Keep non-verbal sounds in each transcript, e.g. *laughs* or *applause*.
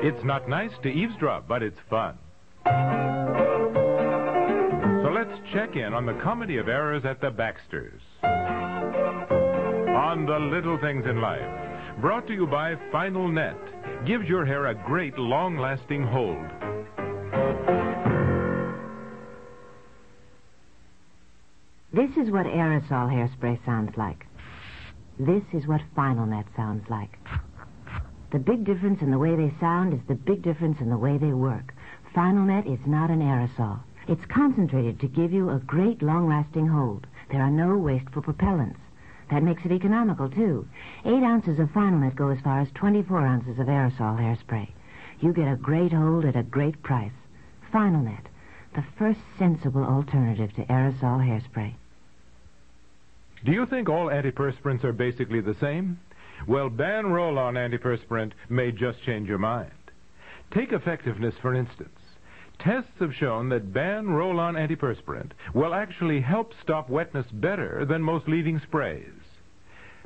It's not nice to eavesdrop, but it's fun. So let's check in on the comedy of errors at the Baxters. On the little things in life. Brought to you by Final Net. Gives your hair a great, long lasting hold. This is what aerosol hairspray sounds like. This is what Final Net sounds like. The big difference in the way they sound is the big difference in the way they work. Final Net is not an aerosol. It's concentrated to give you a great long-lasting hold. There are no wasteful propellants. That makes it economical, too. Eight ounces of Final Net go as far as 24 ounces of aerosol hairspray. You get a great hold at a great price. Final Net, the first sensible alternative to aerosol hairspray. Do you think all antiperspirants are basically the same? Well, ban roll on antiperspirant may just change your mind. Take effectiveness, for instance. Tests have shown that ban roll on antiperspirant will actually help stop wetness better than most leading sprays.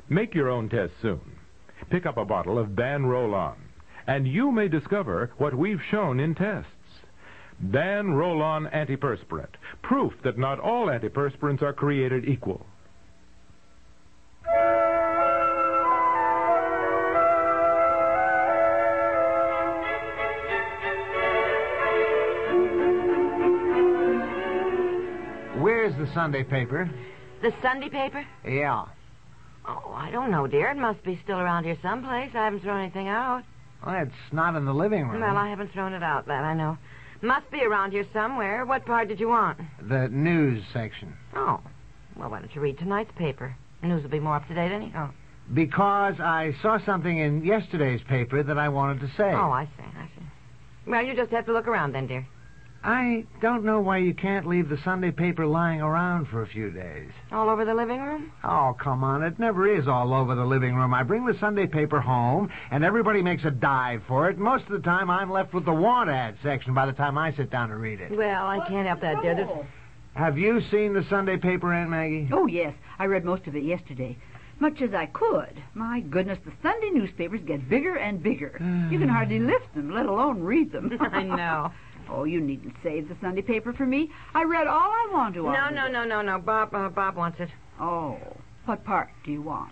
Make your own test soon. Pick up a bottle of ban roll on, and you may discover what we've shown in tests. Ban roll on antiperspirant, proof that not all antiperspirants are created equal. Where's the Sunday paper? The Sunday paper? Yeah. Oh, I don't know, dear. It must be still around here someplace. I haven't thrown anything out. Well, it's not in the living room. Well, I haven't thrown it out, that I know. Must be around here somewhere. What part did you want? The news section. Oh. Well, why don't you read tonight's paper? News will be more up to date oh. anyhow. Because I saw something in yesterday's paper that I wanted to say. Oh, I see, I see. Well, you just have to look around then, dear. I don't know why you can't leave the Sunday paper lying around for a few days. All over the living room? Oh, come on. It never is all over the living room. I bring the Sunday paper home, and everybody makes a dive for it. Most of the time, I'm left with the want ad section by the time I sit down to read it. Well, I can't help that, dear. There's- Have you seen the Sunday paper, Aunt Maggie? Oh, yes. I read most of it yesterday. Much as I could. My goodness, the Sunday newspapers get bigger and bigger. You *sighs* can hardly lift them, let alone read them. *laughs* I *laughs* know. Oh, you needn't save the Sunday paper for me. I read all I want to. No, on no, it. no, no, no. Bob, uh, Bob wants it. Oh, what part do you want?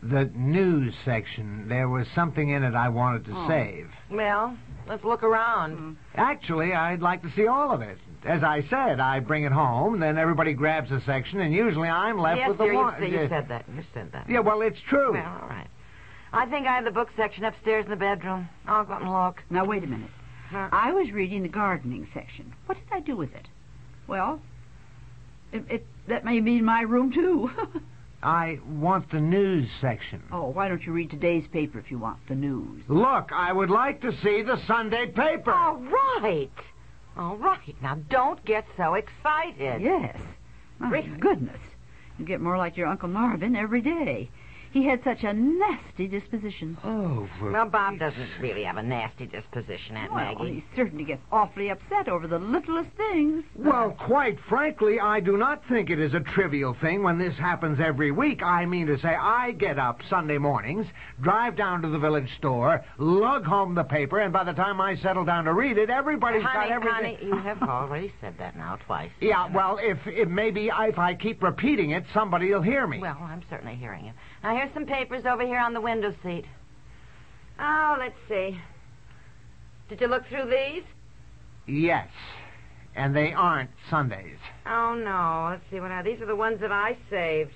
The news section. There was something in it I wanted to Oh. save. Well, let's look around. Mm. Actually, I'd like to see all of it. As I said, I bring it home, then everybody grabs a section, and usually I'm left yes, with the dear, you, want. said, you Yeah. said that. You said that. Yeah, well, it's true. Well, all right. I think I have the book section upstairs in the bedroom. I'll go up and look. Now, wait a minute. Huh? I was reading the gardening section. What did I do with it? Well, it, it that may be in my room, too. *laughs* I want the news section. oh, why don't you read today's paper if you want the news? Look, I would like to see the Sunday paper. All right. All right. Now, don't get so excited. Yes. My Really? goodness. You get more like your Uncle Marvin every day. He had such a nasty disposition. Oh, for- Well, Bob doesn't really have a nasty disposition, Aunt Well, Oh, Maggie. he certainly gets awfully upset over the littlest things. well, quite frankly, I do not think it is a trivial thing when this happens every week. I mean to say, I get up Sunday mornings, drive down to the village store, lug home the paper, and by the time I settle down to read it, everybody's got honey, everything. honey, you *laughs* have already said that now twice. Yeah, well, if it maybe if I keep repeating it, somebody'll hear me. Well, I'm certainly hearing you. Now, here's some papers over here on the window seat. Oh, let's see. Did you look through these? Yes, and they aren't Sundays. Oh, no. Let's see. What are these? Are the ones that I saved.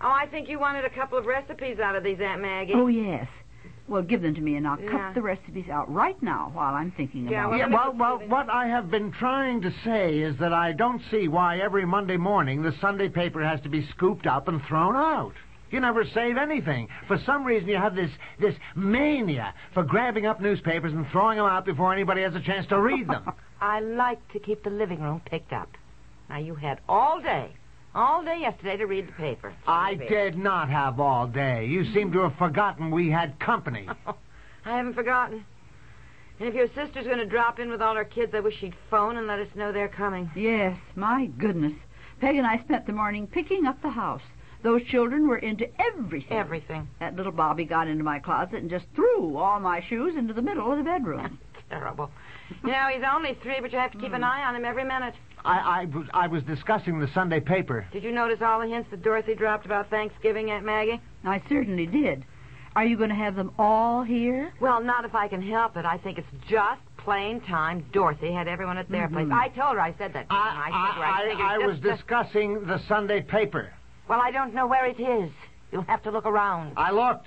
Oh, I think you wanted a couple of recipes out of these, Aunt Maggie. Oh, yes. Well, give them to me, and I'll Yeah. cut the recipes out right now while I'm thinking Yeah, about well, Yeah, let it. me well, look well, through this. what I have been trying to say is that I don't see why every Monday morning the Sunday paper has to be scooped up and thrown out. You never save anything. For some reason, you have this this mania for grabbing up newspapers and throwing them out before anybody has a chance to read *laughs* them. I like to keep the living room picked up. Now, you had all day, all day yesterday to read the paper. I Paper. did not have all day. You seem to have forgotten we had company. I haven't forgotten. And if your sister's going to drop in with all her kids, I wish she'd phone and let us know they're coming. Yes, my goodness. Peg and I spent the morning picking up the house. Those children were into Mm. everything. Everything. That little Bobby got into my closet and just threw all my shoes into the middle of the bedroom. Terrible. You know, he's only three, but you have to keep Mm. an eye on him every minute. I, I, was, I was discussing the Sunday paper. Did you notice all the hints that Dorothy dropped about Thanksgiving, Aunt Maggie? I certainly did. Are you going to have them all here? Well, not if I can help it. I think it's just plain time Dorothy had everyone at their place. I told her I said that. to her. said to her, Mm-hmm. I, think I, I, it's was just- discussing the Sunday paper. Well, I don't know where it is. You'll have to look around. I looked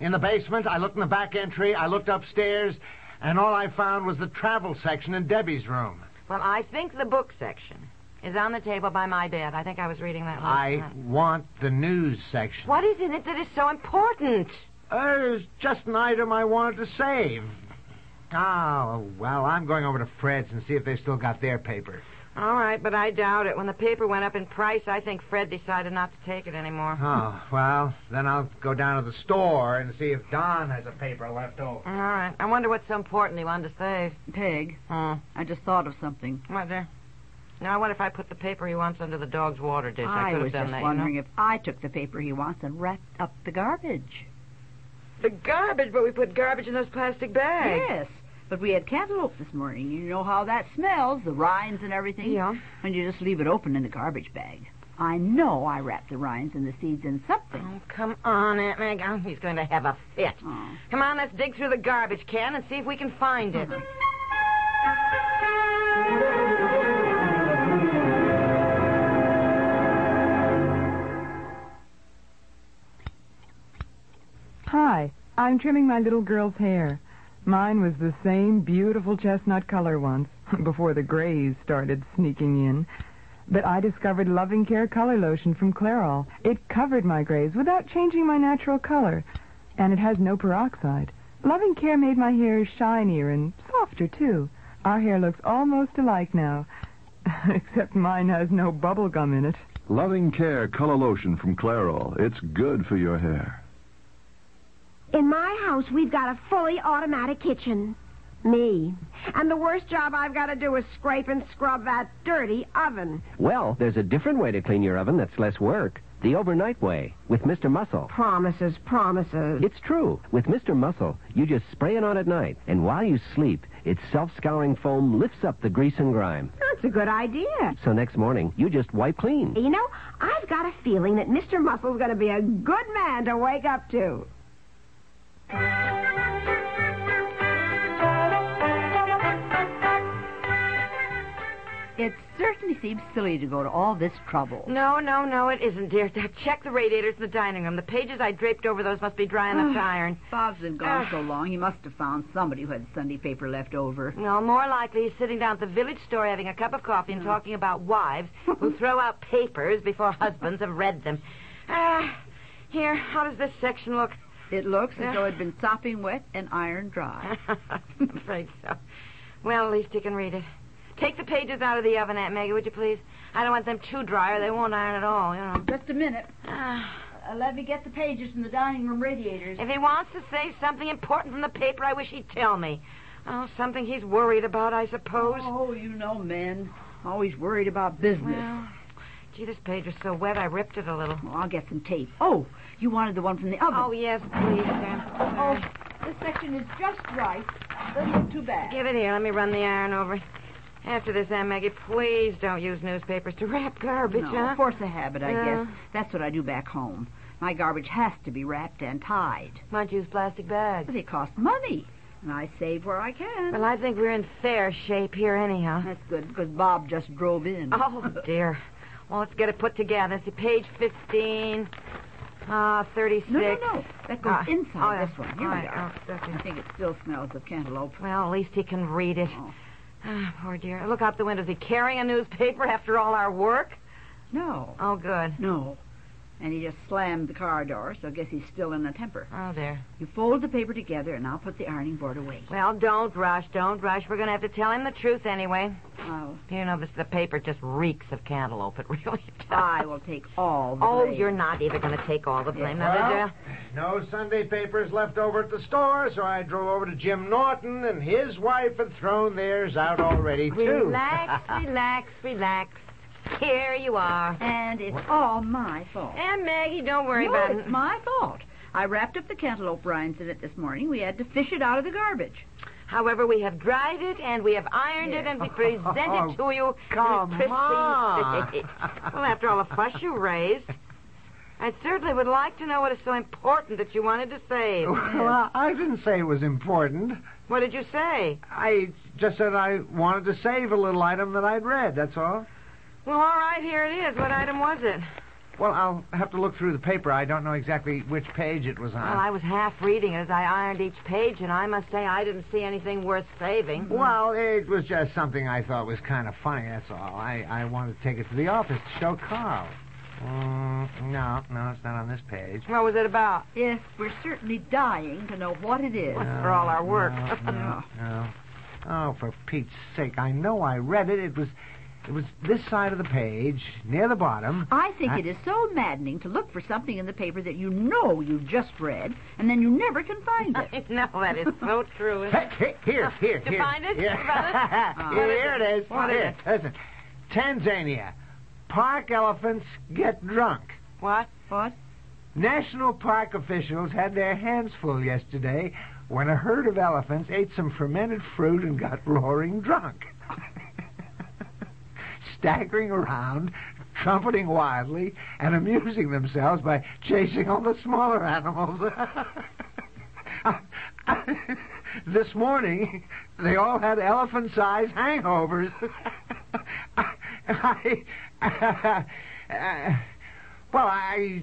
in the basement, I looked in the back entry, I looked upstairs, and all I found was the travel section in Debbie's room. Well, I think the book section is on the table by my bed. I think I was reading that last I night. want the news section. What is in it that is so important? Uh, it was just an item I wanted to save. Oh, well, I'm going over to Fred's and see if they still got their paper. All right, but I doubt it. When the paper went up in price, I think Fred decided not to take it anymore. Oh, well, then I'll go down to the store and see if Don has a paper left over. All right. I wonder what's so important he wanted to save. Peg, Hmm. I just thought of something. Right there. Now, I wonder if I put the paper he wants under the dog's water dish. I, could have was done just that. you know. wondering if I took the paper he wants and wrapped up the garbage. The garbage, but we put garbage in those plastic bags. Yes, but we had cantaloupe this morning. You know how that smells, the rinds and everything. Yeah. When you just leave it open in the garbage bag. I know I wrapped the rinds and the seeds in something. Oh, come on, Aunt Meg. Oh, he's going to have a fit. Oh. Come on, let's dig through the garbage can and see if we can find it. Hi, I'm trimming my little girl's hair. Mine was the same beautiful chestnut color once, *laughs* before the grays started sneaking in. But I discovered Loving Care Color Lotion from Clairol. It covered my grays without changing my natural color, and it has no peroxide. Loving Care made my hair shinier and softer, too. Our hair looks almost alike now, *laughs* except mine has no bubble gum in it. Loving Care Color Lotion from Clairol. It's good for your hair. In my house, we've got a fully automatic kitchen. Me. And the worst job I've got to do is scrape and scrub that dirty oven. Well, there's a different way to clean your oven that's less work. The overnight way, with Mr. Muscle. Promises, promises. It's true. With Mr. Muscle, you just spray it on at night, and while you sleep, its self scouring foam lifts up the grease and grime. That's a good idea. So next morning, you just wipe clean. You know, I've got a feeling that Mr. Muscle's going to be a good man to wake up to. It certainly seems silly to go to all this trouble. No, no, no, it isn't, dear. Check the radiators in the dining room. The pages I draped over those must be dry enough to iron. Bob's been gone Ah. so long, he must have found somebody who had Sunday paper left over. Well, more likely he's sitting down at the village store having a cup of coffee and talking about wives who throw out papers before husbands have read them. Ah, here, how does this section look? *laughs* It looks Yeah. as though it had been sopping wet and iron dry. I'm afraid so. Well, at least you can read it. Take the pages out of the oven, Aunt Maggie, would you please? I don't want them too dry or they won't iron at all, you know. Just a minute. Uh-huh. Ah, Uh, let me get the pages from the dining room radiators. if he wants to say something important from the paper, I wish he'd tell me. Oh, something he's worried about, I suppose. Oh, you know men. Always worried about business. Well, gee, this page was so wet I ripped it a little. Well, I'll get some tape. Oh, you wanted the one from the oven. Oh, yes, please, Sam. Oh, this section is just right. Doesn't look too bad. Give it here. Let me run the iron over. After this, Aunt Maggie, please don't use newspapers to Uh. wrap garbage, no, huh? force a habit, I Yeah. guess. That's what I do back home. My garbage has to be wrapped and tied. Why don't you use plastic bags? But they cost money, and I save where I can. Well, I think we're in fair shape here, anyhow. That's good, because Bob just drove in. Oh, dear. Well, let's get it put together. See, page 15, uh, 36. No, no, no. That goes Ah, inside oh, yeah. this one. Here All we right, are. oh, okay. I think it still smells of cantaloupe. Well, at least he can read it. Oh. Ah, poor dear. Look out the window. Is he carrying a newspaper after all our work? No. Oh, good. No. And he just slammed the car door, so I guess he's still in a temper. Oh, dear. You fold the paper together, and I'll put the ironing board away. Well, don't rush. Don't rush. We're going to have to tell him the truth anyway. Oh, You know, this the paper just reeks of cantaloupe. It *laughs* really does. Ah, I will take all the Oh, blame. you're not either going to take all the blame. Now, Well, there's No Sunday papers left over at the store, so I drove over to Jim Norton, and his wife had thrown theirs out already, a- *laughs* too. Relax, relax, relax. Here you are. And it's all my fault. And Maggie, don't worry no, about it. it's my fault. I wrapped up the cantaloupe brine incident this morning. We had to fish it out of the garbage. However, we have dried it and we have ironed it and we present *laughs* it to you. in Oh, Come pristine on. state. *laughs* well, after all the fuss you raised, I certainly would like to know what is so important that you wanted to *laughs* save. Well, I- I didn't say it was important. What did you say? I just said I wanted to save a little item that I'd read, that's all. Well, all right, here it is. What item was it? Well, I'll have to look through the paper. I don't know exactly which page it was Well, on. I was half reading it as I ironed each page, and I must say I didn't see anything worth saving. Well, it was just something I thought was kind of funny, that's all. I, I wanted to take it to the office to show Carl. Mm, no, no, it's not on this page. What was it about? Yes, we're certainly dying to know what it is. For all our work. uh. No, no, no. Oh, for Pete's sake! I know I read it. It was, it was this side of the page, near the bottom. I think I- it is so maddening to look for something in the paper that you know you've just read, and then you never can find *laughs* it. *laughs* I know that is so true. isn't Hey, it? hey, here, here, To here. find it? Here, About it? *laughs* Here, What is here it? it is. What is Here, Listen, Tanzania. Park elephants get drunk. What? What? National park officials had their hands full yesterday when a herd of elephants ate some fermented fruit and got roaring drunk. Staggering around, trumpeting wildly, and amusing themselves by chasing all the smaller animals. *laughs* this morning, they all had elephant sized hangovers. *laughs* I. *laughs* uh, Well, I,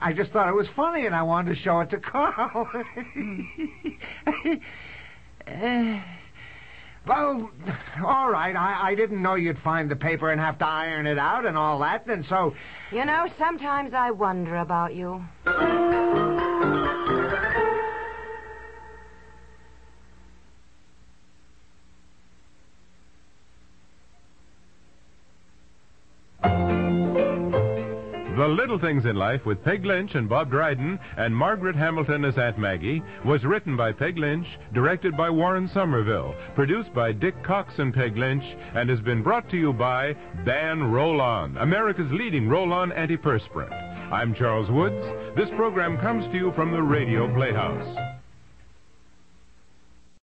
I just thought it was funny, and I wanted to show it to Carl. Eh, well, all right. I, I didn't know you'd find the paper and have to iron it out and all that, and so You know, sometimes I wonder about you. The Little Things in Life with Peg Lynch and Bob Dryden and Margaret Hamilton as Aunt Maggie was written by Peg Lynch, directed by Warren Somerville, produced by Dick Cox and Peg Lynch, and has been brought to you by Ban Roll-On, America's leading roll-on antiperspirant. I'm Charles Woods. This program comes to you from the Radio Playhouse.